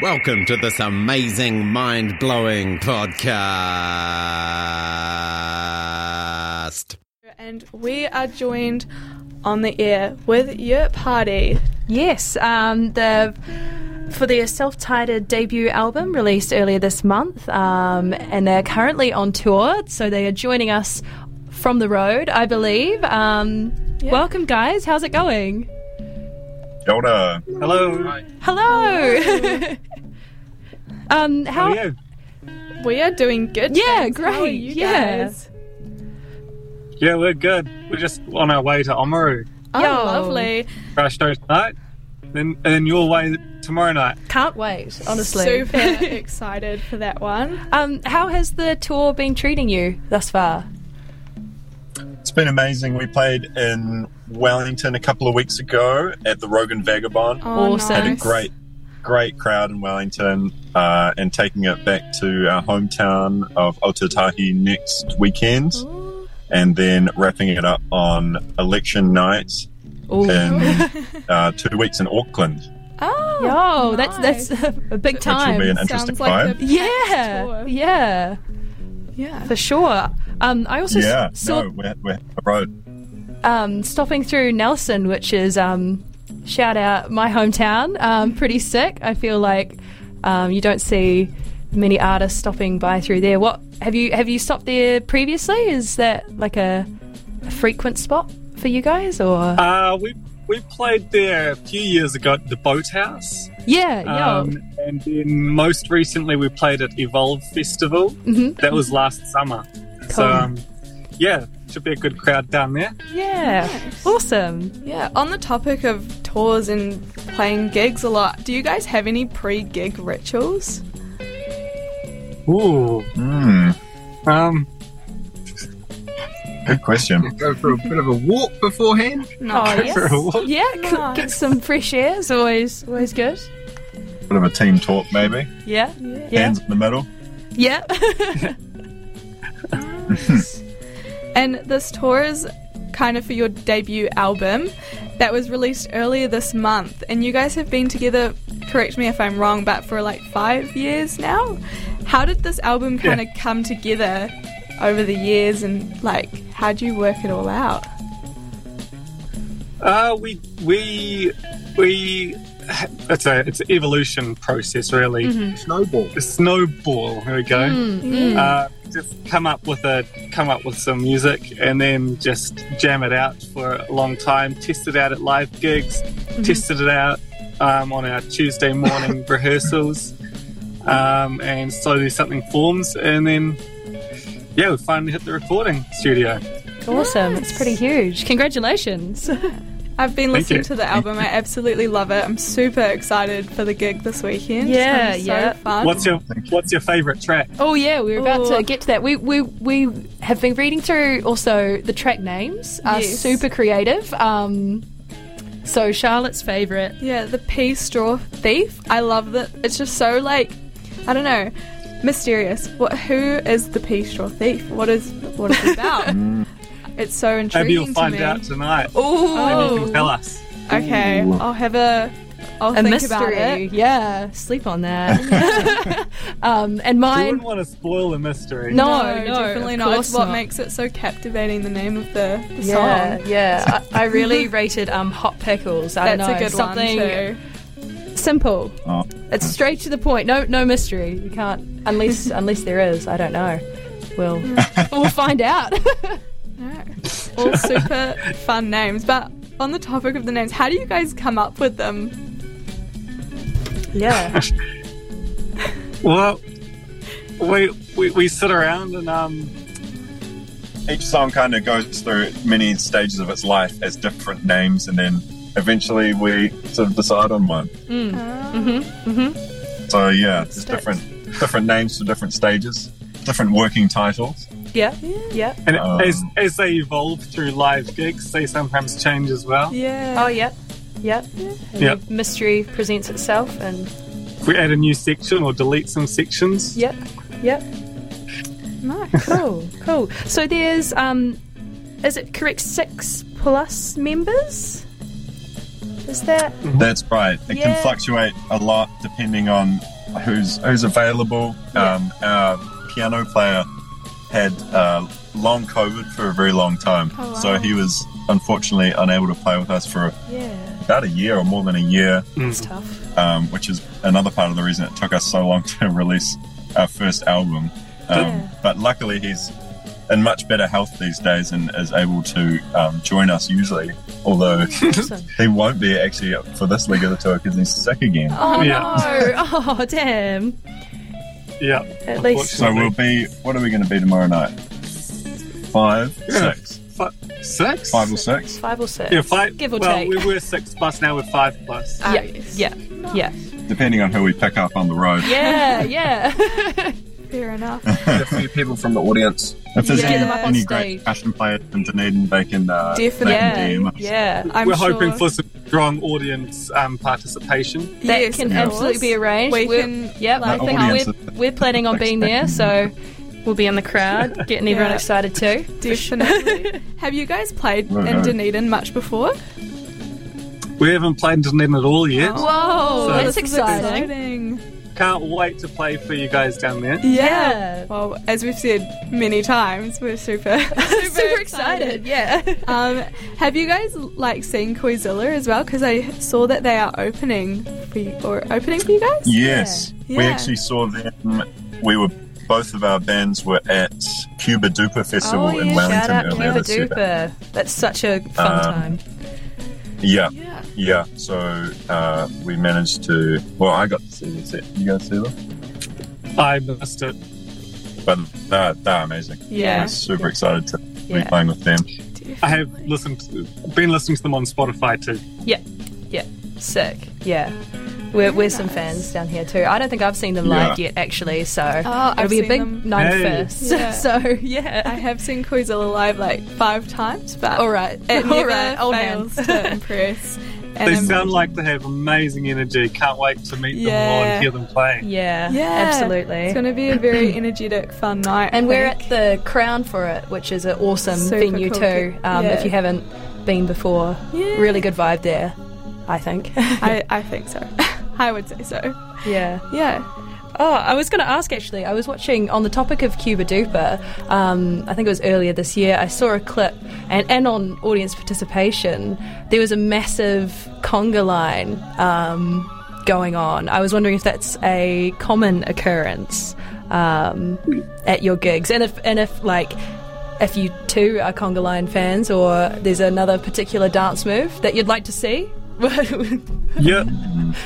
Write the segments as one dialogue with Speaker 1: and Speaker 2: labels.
Speaker 1: Welcome to this amazing, mind blowing podcast.
Speaker 2: And we are joined on the air with your party.
Speaker 3: Yes, um, the for their self-titled debut album released earlier this month, um, and they're currently on tour, so they are joining us from the road, I believe. Um,
Speaker 2: Yeah.
Speaker 3: Welcome, guys. How's it going?
Speaker 4: Kia ora.
Speaker 5: Hello.
Speaker 3: Hello. um, how?
Speaker 5: How are you?
Speaker 2: We are doing good.
Speaker 3: Yeah,
Speaker 2: thanks. How are
Speaker 3: great,
Speaker 2: you
Speaker 3: yeah.
Speaker 2: guys?
Speaker 5: Yeah, we're good. We're just on our way to Oamaru.
Speaker 2: Oh,
Speaker 3: Yo.
Speaker 2: lovely.
Speaker 5: Crash those tonight, then and then your way tomorrow night.
Speaker 3: Can't wait. Honestly.
Speaker 2: Super excited for that one.
Speaker 3: Um, how has the tour been treating you thus far?
Speaker 4: It's been amazing. We played in Wellington a couple of weeks ago at the Rogan Vagabond.
Speaker 2: Oh,
Speaker 3: Awesome.
Speaker 2: nice.
Speaker 4: Great, great crowd in Wellington. Uh, and taking it back to our hometown of Ototahi next weekend. And then wrapping it up on election night
Speaker 3: Ooh.
Speaker 4: in uh, two weeks in Auckland.
Speaker 2: Oh,
Speaker 3: Yo, that's
Speaker 2: nice.
Speaker 3: that's a big time.
Speaker 4: be an
Speaker 2: Sounds
Speaker 4: Interesting
Speaker 2: like
Speaker 4: vibe.
Speaker 2: a packed
Speaker 3: yeah,
Speaker 2: tour.
Speaker 3: yeah,
Speaker 2: yeah.
Speaker 3: for sure. Um, I also s-
Speaker 4: yeah,
Speaker 3: saw
Speaker 4: no, we're, we're on the road.
Speaker 3: um, stopping through Nelson, which is um, shout out my hometown. Um, pretty sick. I feel like um, you don't see many artists stopping by through there. What have you have you stopped there previously? Is that like a, a frequent spot for you guys, or
Speaker 5: Uh, we we played there a few years ago at the Boathouse,
Speaker 3: yeah, yo,
Speaker 5: um, and then most recently we played at Evolve Festival.
Speaker 3: Mhm.
Speaker 5: That was last summer.
Speaker 3: Cool.
Speaker 5: So um, yeah, should be a good crowd down there.
Speaker 3: yeah, awesome.
Speaker 2: Yeah, on the topic of tours and playing gigs a lot, do you guys have any pre gig rituals?
Speaker 5: Ooh.
Speaker 4: Mm,
Speaker 5: Um.
Speaker 4: good question.
Speaker 6: go for a bit of a walk beforehand.
Speaker 2: No.
Speaker 3: Oh yes,
Speaker 5: what?
Speaker 3: yeah. c-
Speaker 2: Nice.
Speaker 3: Get some fresh air is always always good.
Speaker 4: Bit of a team talk, maybe.
Speaker 3: Yeah, yeah,
Speaker 4: Hands in the middle.
Speaker 3: yeah.
Speaker 2: And this tour is kind of for your debut album that was released earlier this month. And you guys have been together, correct me if I'm wrong, but for like five years now. How did this album kind of come together over the years and like how'd you work it all out?
Speaker 5: Uh, we we we. It's a it's an evolution process, really.
Speaker 2: Mm-hmm.
Speaker 6: Snowball.
Speaker 5: A snowball. There we go.
Speaker 2: Mm,
Speaker 5: Uh, just come up with a come up with some music and then just jam it out for a long time. Test it out at live gigs.
Speaker 2: Mm-hmm.
Speaker 5: Tested it out um, on our Tuesday morning rehearsals, um, and slowly something forms. And then yeah, we finally hit the recording studio.
Speaker 3: Awesome. It's pretty huge. Congratulations.
Speaker 2: I've been
Speaker 5: Thank
Speaker 2: listening
Speaker 5: you.
Speaker 2: to the album. I absolutely love it. I'm super excited for the gig this weekend. It's
Speaker 3: Yeah,
Speaker 2: gonna be so
Speaker 3: yeah.
Speaker 2: Fun.
Speaker 5: What's your what's your favorite track?
Speaker 3: Oh yeah, we were about
Speaker 2: Ooh.
Speaker 3: to get to that. We we we have been reading through also the track names are
Speaker 2: Yes.
Speaker 3: super creative. Um, so Charlotte's favorite.
Speaker 2: Yeah, the pea straw thief. I love that. It's just so like, I don't know, mysterious. What? Who is the pea straw thief? What is? What is it about? it's so intriguing.
Speaker 5: Maybe you'll find
Speaker 2: to me.
Speaker 5: out tonight. Maybe you
Speaker 3: Oh,
Speaker 5: can tell us.
Speaker 2: Okay, I'll have a. I'll
Speaker 3: a
Speaker 2: think about
Speaker 3: mystery.
Speaker 2: it.
Speaker 3: Yeah, sleep on that. um, and
Speaker 5: I
Speaker 3: mine.
Speaker 5: wouldn't want to spoil the mystery.
Speaker 3: No, no,
Speaker 2: definitely
Speaker 3: of
Speaker 2: not.
Speaker 3: course
Speaker 2: It's what
Speaker 3: not.
Speaker 2: makes it so captivating. The name of the, the
Speaker 3: Yeah,
Speaker 2: song.
Speaker 3: yeah. I, I really rated um, hot pickles. I
Speaker 2: That's
Speaker 3: don't know
Speaker 2: a good
Speaker 3: something
Speaker 2: one too.
Speaker 3: simple.
Speaker 4: Oh.
Speaker 3: It's straight to the point. No, no mystery. You can't unless unless there is. I don't know. We'll we'll find out.
Speaker 2: No. All super fun names. But on the topic of the names, how do you guys come up with them?
Speaker 3: yeah.
Speaker 5: Well, we, we we sit around and um
Speaker 4: each song kind of goes through many stages of its life as different names, and then eventually we sort of decide on one.
Speaker 3: Mm.
Speaker 2: Um,
Speaker 3: Mm-hmm.
Speaker 4: So yeah, there's
Speaker 2: Steps.
Speaker 4: different different names for different stages, different working titles.
Speaker 3: Yeah. Yeah.
Speaker 5: and
Speaker 4: Um.
Speaker 5: as as they evolve through live gigs, they sometimes change as well.
Speaker 2: Yeah.
Speaker 3: Oh, yeah. Yep.
Speaker 5: Yeah.
Speaker 3: Mystery presents itself, and
Speaker 5: We add a new section or delete some sections.
Speaker 3: yep, yep.
Speaker 2: nice.
Speaker 3: Cool, cool. So there's, um, is it correct? Six plus members. Is that?
Speaker 4: That's right. It
Speaker 3: Yeah.
Speaker 4: can fluctuate a lot depending on who's who's available.
Speaker 3: Yeah.
Speaker 4: Um, our piano player had uh, long COVID for a very long time,
Speaker 2: Oh,
Speaker 4: so
Speaker 2: wow.
Speaker 4: he was unfortunately unable to play with us for
Speaker 3: Yeah,
Speaker 4: about a year or more than a year,
Speaker 3: it's tough.
Speaker 4: um, which is another part of the reason it took us so long to release our first album. Um,
Speaker 3: Yeah.
Speaker 4: But luckily, he's in much better health these days and is able to um, join us usually. Although
Speaker 3: Awesome.
Speaker 4: he won't be actually for this leg of the tour because he's sick again.
Speaker 3: Oh
Speaker 5: Yeah.
Speaker 3: no! Oh damn!
Speaker 5: Yeah.
Speaker 3: At least
Speaker 4: So we'll be. What are we going to be tomorrow night? Five,
Speaker 5: Yeah.
Speaker 4: six,
Speaker 5: Fi- six?
Speaker 4: five or six.
Speaker 3: five or six.
Speaker 5: Yeah, five.
Speaker 3: Give or
Speaker 5: well,
Speaker 3: take.
Speaker 5: we were six plus, now we're five plus.
Speaker 3: Yeah,
Speaker 2: Nice.
Speaker 3: yeah, yeah,
Speaker 4: depending on who we pick up on the road.
Speaker 3: yeah, yeah.
Speaker 2: Fair enough.
Speaker 6: a few people from the audience.
Speaker 4: If there's
Speaker 3: Yeah. Get
Speaker 4: any,
Speaker 3: them up on
Speaker 4: any
Speaker 3: stage.
Speaker 4: great percussion players in Dunedin, they can uh, they can DM
Speaker 3: yeah,
Speaker 4: us.
Speaker 3: yeah.
Speaker 2: I'm
Speaker 5: we're
Speaker 2: sure
Speaker 5: hoping for some strong audience um, participation.
Speaker 3: That
Speaker 2: Yes,
Speaker 3: can
Speaker 2: of
Speaker 3: absolutely
Speaker 2: course.
Speaker 3: be arranged.
Speaker 2: We
Speaker 3: We're-
Speaker 2: can
Speaker 3: Yep,
Speaker 2: Our
Speaker 3: I think
Speaker 4: audience
Speaker 3: we're,
Speaker 4: is-
Speaker 3: we're planning on being there, so we'll be in the crowd, getting everyone
Speaker 2: Yeah.
Speaker 3: excited too.
Speaker 2: Definitely. Have you guys played
Speaker 4: Right,
Speaker 2: in
Speaker 4: right.
Speaker 2: Dunedin much before?
Speaker 5: We haven't played in Dunedin at all yet.
Speaker 3: Whoa,
Speaker 5: So-
Speaker 3: that's
Speaker 2: this is
Speaker 3: exciting.
Speaker 2: exciting.
Speaker 5: Can't wait to play for you guys down there.
Speaker 3: Mm. Yeah.
Speaker 2: Well, as we've said many times, we're super, super,
Speaker 3: Super excited, yeah.
Speaker 2: Um, have you guys like seen Koizilla as well? Because I saw that they are opening for you, or opening for you guys.
Speaker 4: Yes, we
Speaker 2: Yeah.
Speaker 4: actually saw them. We were both of our bands were at Cuba Duper Festival in
Speaker 3: Oh, Shout
Speaker 4: Wellington
Speaker 3: out
Speaker 4: earlier
Speaker 3: Cuba
Speaker 4: this year.
Speaker 3: Duper. That's such a fun
Speaker 4: Um,
Speaker 3: time.
Speaker 4: Yeah,
Speaker 2: Yeah.
Speaker 4: yeah. So uh, we managed to. Well, I got to see the set. You guys see them?
Speaker 5: I missed it.
Speaker 4: But they're, they're amazing.
Speaker 2: Yeah.
Speaker 4: We're super excited to
Speaker 3: Yeah.
Speaker 4: be playing with them.
Speaker 5: I have listened, to, been listening to them on Spotify too.
Speaker 3: Sick. Yeah. We're, we're some
Speaker 2: nice.
Speaker 3: fans down here too. I don't think I've seen them live yet, actually. So
Speaker 2: Oh, I've
Speaker 3: it'll be a
Speaker 2: seen
Speaker 3: big
Speaker 2: them.
Speaker 3: night
Speaker 5: Hey.
Speaker 3: first.
Speaker 2: Yeah.
Speaker 3: so yeah.
Speaker 2: I have seen Koizilla live like five times, but
Speaker 3: All right.
Speaker 2: it
Speaker 3: All
Speaker 2: never
Speaker 3: right. Old
Speaker 2: fails
Speaker 3: hands.
Speaker 2: to impress. And
Speaker 5: They
Speaker 2: I'm-
Speaker 5: sound like they have amazing energy. Can't wait to meet them all
Speaker 2: Yeah.
Speaker 5: and hear them play.
Speaker 3: yeah.
Speaker 2: yeah, It's
Speaker 3: Absolutely.
Speaker 2: going to be a very energetic, fun night. I
Speaker 3: and we're at
Speaker 2: think.
Speaker 3: the Crown for it, which is an awesome
Speaker 2: Super
Speaker 3: venue
Speaker 2: cool
Speaker 3: too.
Speaker 2: gig.
Speaker 3: Um, If
Speaker 2: Yeah.
Speaker 3: you haven't been before,
Speaker 2: Yeah.
Speaker 3: really good vibe there. I think.
Speaker 2: I, I think so. I would say so.
Speaker 3: yeah.
Speaker 2: Yeah.
Speaker 3: Oh, I was going to ask actually. I was watching on the topic of Cuba Duper. Um, I think it was earlier this year. I saw a clip, and, and on audience participation, there was a massive conga line um, going on. I was wondering if that's a common occurrence um, at your gigs, and if and if like if you too are conga line fans, or there's another particular dance move that you'd like to see.
Speaker 5: Yep.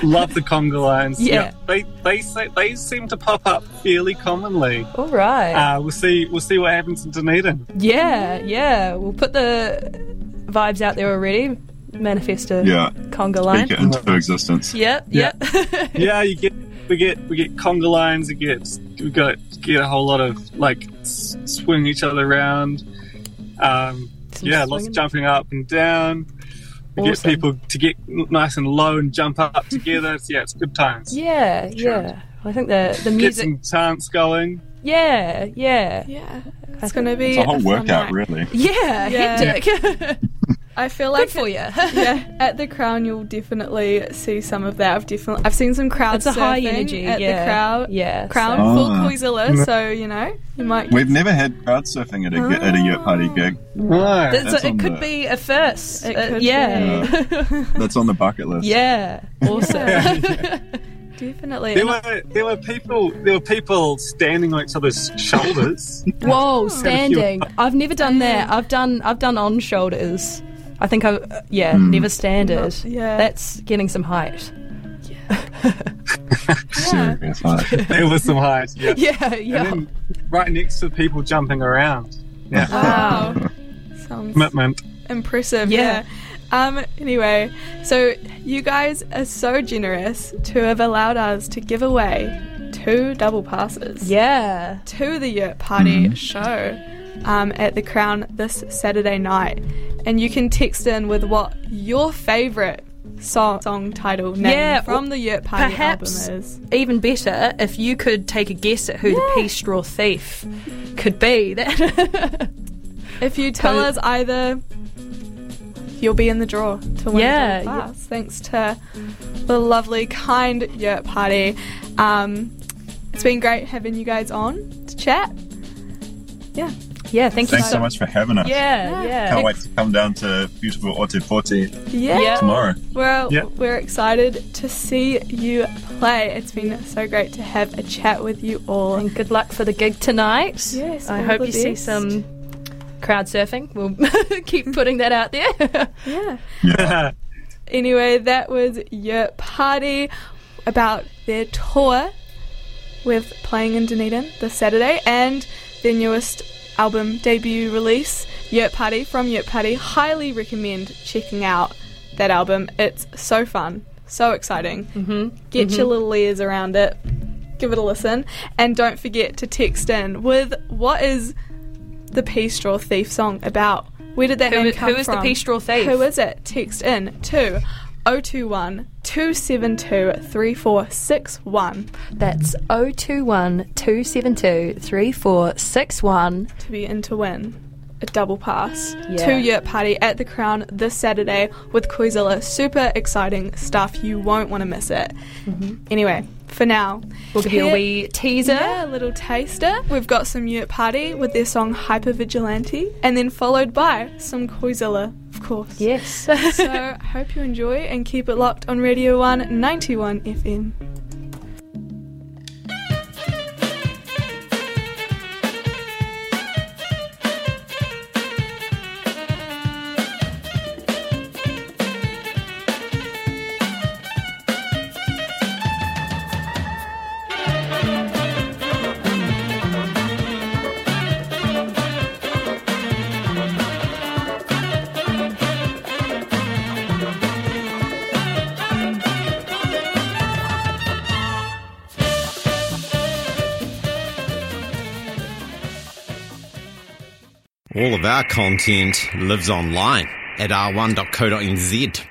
Speaker 5: Love the conga lines.
Speaker 3: Yeah.
Speaker 5: Yep. They they say, they seem to pop up fairly commonly.
Speaker 3: All right.
Speaker 5: Uh, we'll see we'll see what happens in Dunedin.
Speaker 3: Yeah, yeah. We'll put the vibes out there already. Manifest a
Speaker 4: Yeah,
Speaker 3: conga line.
Speaker 4: speak it into existence.
Speaker 3: Yep,
Speaker 5: Yeah.
Speaker 3: yep.
Speaker 5: Yeah, you get we get we get conga lines. You get we got get a whole lot of like s- swing each other around. Um,
Speaker 3: Some
Speaker 5: yeah, lots
Speaker 3: swinging.
Speaker 5: of jumping up and down. We
Speaker 3: Awesome.
Speaker 5: get people to get n- nice and low and jump up together. It's- yeah, it's good times.
Speaker 3: Yeah, yeah. I think the the
Speaker 5: Get
Speaker 3: music.
Speaker 5: some chants going.
Speaker 3: Yeah, yeah,
Speaker 2: Yeah.
Speaker 3: I
Speaker 2: It's going to be
Speaker 4: It's a whole
Speaker 2: fun
Speaker 4: workout,
Speaker 2: night.
Speaker 4: really.
Speaker 3: yeah.
Speaker 2: Yeah.
Speaker 3: Hectic.
Speaker 2: I feel
Speaker 3: Good
Speaker 2: like
Speaker 3: for you.
Speaker 2: yeah, at the Crown you'll definitely see some of that. I've definitely I've seen some crowd
Speaker 3: It's a high
Speaker 2: surfing
Speaker 3: energy.
Speaker 2: at
Speaker 3: yeah.
Speaker 2: the crowd.
Speaker 3: Yeah.
Speaker 2: Crowd
Speaker 3: so-
Speaker 2: full
Speaker 4: Ah.
Speaker 2: Koizilla, so you know you might.
Speaker 4: We've never had crowd surfing at a, gi- at a yacht party gig.
Speaker 5: Right.
Speaker 3: That's-
Speaker 4: That's
Speaker 3: it
Speaker 4: on
Speaker 3: could
Speaker 4: the-
Speaker 3: be a first.
Speaker 2: It
Speaker 3: Uh,
Speaker 2: could
Speaker 3: yeah.
Speaker 4: That's on the bucket list.
Speaker 3: yeah. Awesome.
Speaker 2: definitely.
Speaker 5: There
Speaker 2: And
Speaker 5: were there were people there were people standing on each other's shoulders.
Speaker 3: Whoa, standing. I've never done that. I've done I've done on shoulders. I think I yeah,
Speaker 4: Hmm.
Speaker 3: never standard.
Speaker 2: Yeah.
Speaker 3: That's getting some height.
Speaker 4: Serious, like,
Speaker 5: there was some height. Yeah.
Speaker 3: Yeah, yeah.
Speaker 5: And then right next to people jumping around. Yeah.
Speaker 2: Wow. Sounds
Speaker 5: Commitment.
Speaker 2: impressive.
Speaker 3: Yeah.
Speaker 2: Yeah. Um. Anyway, so you guys are so generous to have allowed us to give away two double passes
Speaker 3: yeah.
Speaker 2: to the Yurt Party show um, at the Crown this Saturday night, and you can text in with what your favourite song song title name
Speaker 3: Yeah,
Speaker 2: from
Speaker 3: or
Speaker 2: the Yurt Party
Speaker 3: perhaps-
Speaker 2: album is.
Speaker 3: Even better if you could take a guess at who the pea straw thief could be. That
Speaker 2: If you tell
Speaker 3: Co-
Speaker 2: us either you'll be in the draw to win
Speaker 3: Yeah,
Speaker 2: the
Speaker 3: yeah.
Speaker 2: class. Thanks to the lovely, kind yurt party. Um, it's been great having you guys on to chat. Yeah.
Speaker 3: Yeah, thank you
Speaker 4: Thanks so much for having us.
Speaker 3: Yeah, yeah.
Speaker 4: Can't wait to come down to beautiful Ote Forte
Speaker 2: Yeah.
Speaker 3: Yeah.
Speaker 4: tomorrow.
Speaker 2: We're,
Speaker 5: Yeah.
Speaker 2: we're excited to see you play. It's been so great to have a chat with you all.
Speaker 3: And good luck for the gig tonight.
Speaker 2: Yes,
Speaker 3: I
Speaker 2: all
Speaker 3: hope
Speaker 2: the
Speaker 3: you see
Speaker 2: best.
Speaker 3: some crowd surfing. We'll keep putting that out there.
Speaker 2: Yeah.
Speaker 4: Yeah.
Speaker 2: Anyway, that was your party about their tour with playing in Dunedin this Saturday and their newest album debut release, Yurt Party from Yurt Party. Highly recommend checking out that album. It's so fun, so exciting. Mm-hmm. Get your little ears around it, give it a listen, and don't forget to text in with what is the Pea Straw Thief song about? Where did that
Speaker 3: Who
Speaker 2: name
Speaker 3: is-
Speaker 2: come
Speaker 3: who is the
Speaker 2: from?
Speaker 3: Pea Straw Thief?
Speaker 2: Who is it? Text in to 021 272 3461
Speaker 3: That's 021 272 3461.
Speaker 2: to be in to win a double pass
Speaker 3: Yeah.
Speaker 2: to Yurt Party at the Crown this Saturday with Koizilla. Super exciting stuff. You won't want to miss it. Anyway, for now,
Speaker 3: Mm-hmm. We'll give you a
Speaker 2: here-
Speaker 3: wee teaser.
Speaker 2: Yeah, a little taster. We've got some Yurt Party with their song Hyper Vigilante, and then followed by some Koizilla, of course.
Speaker 3: Yes.
Speaker 2: so I hope you enjoy and keep it locked on Radio 1 91 FM.
Speaker 1: All of our content lives online at r1.co.nz.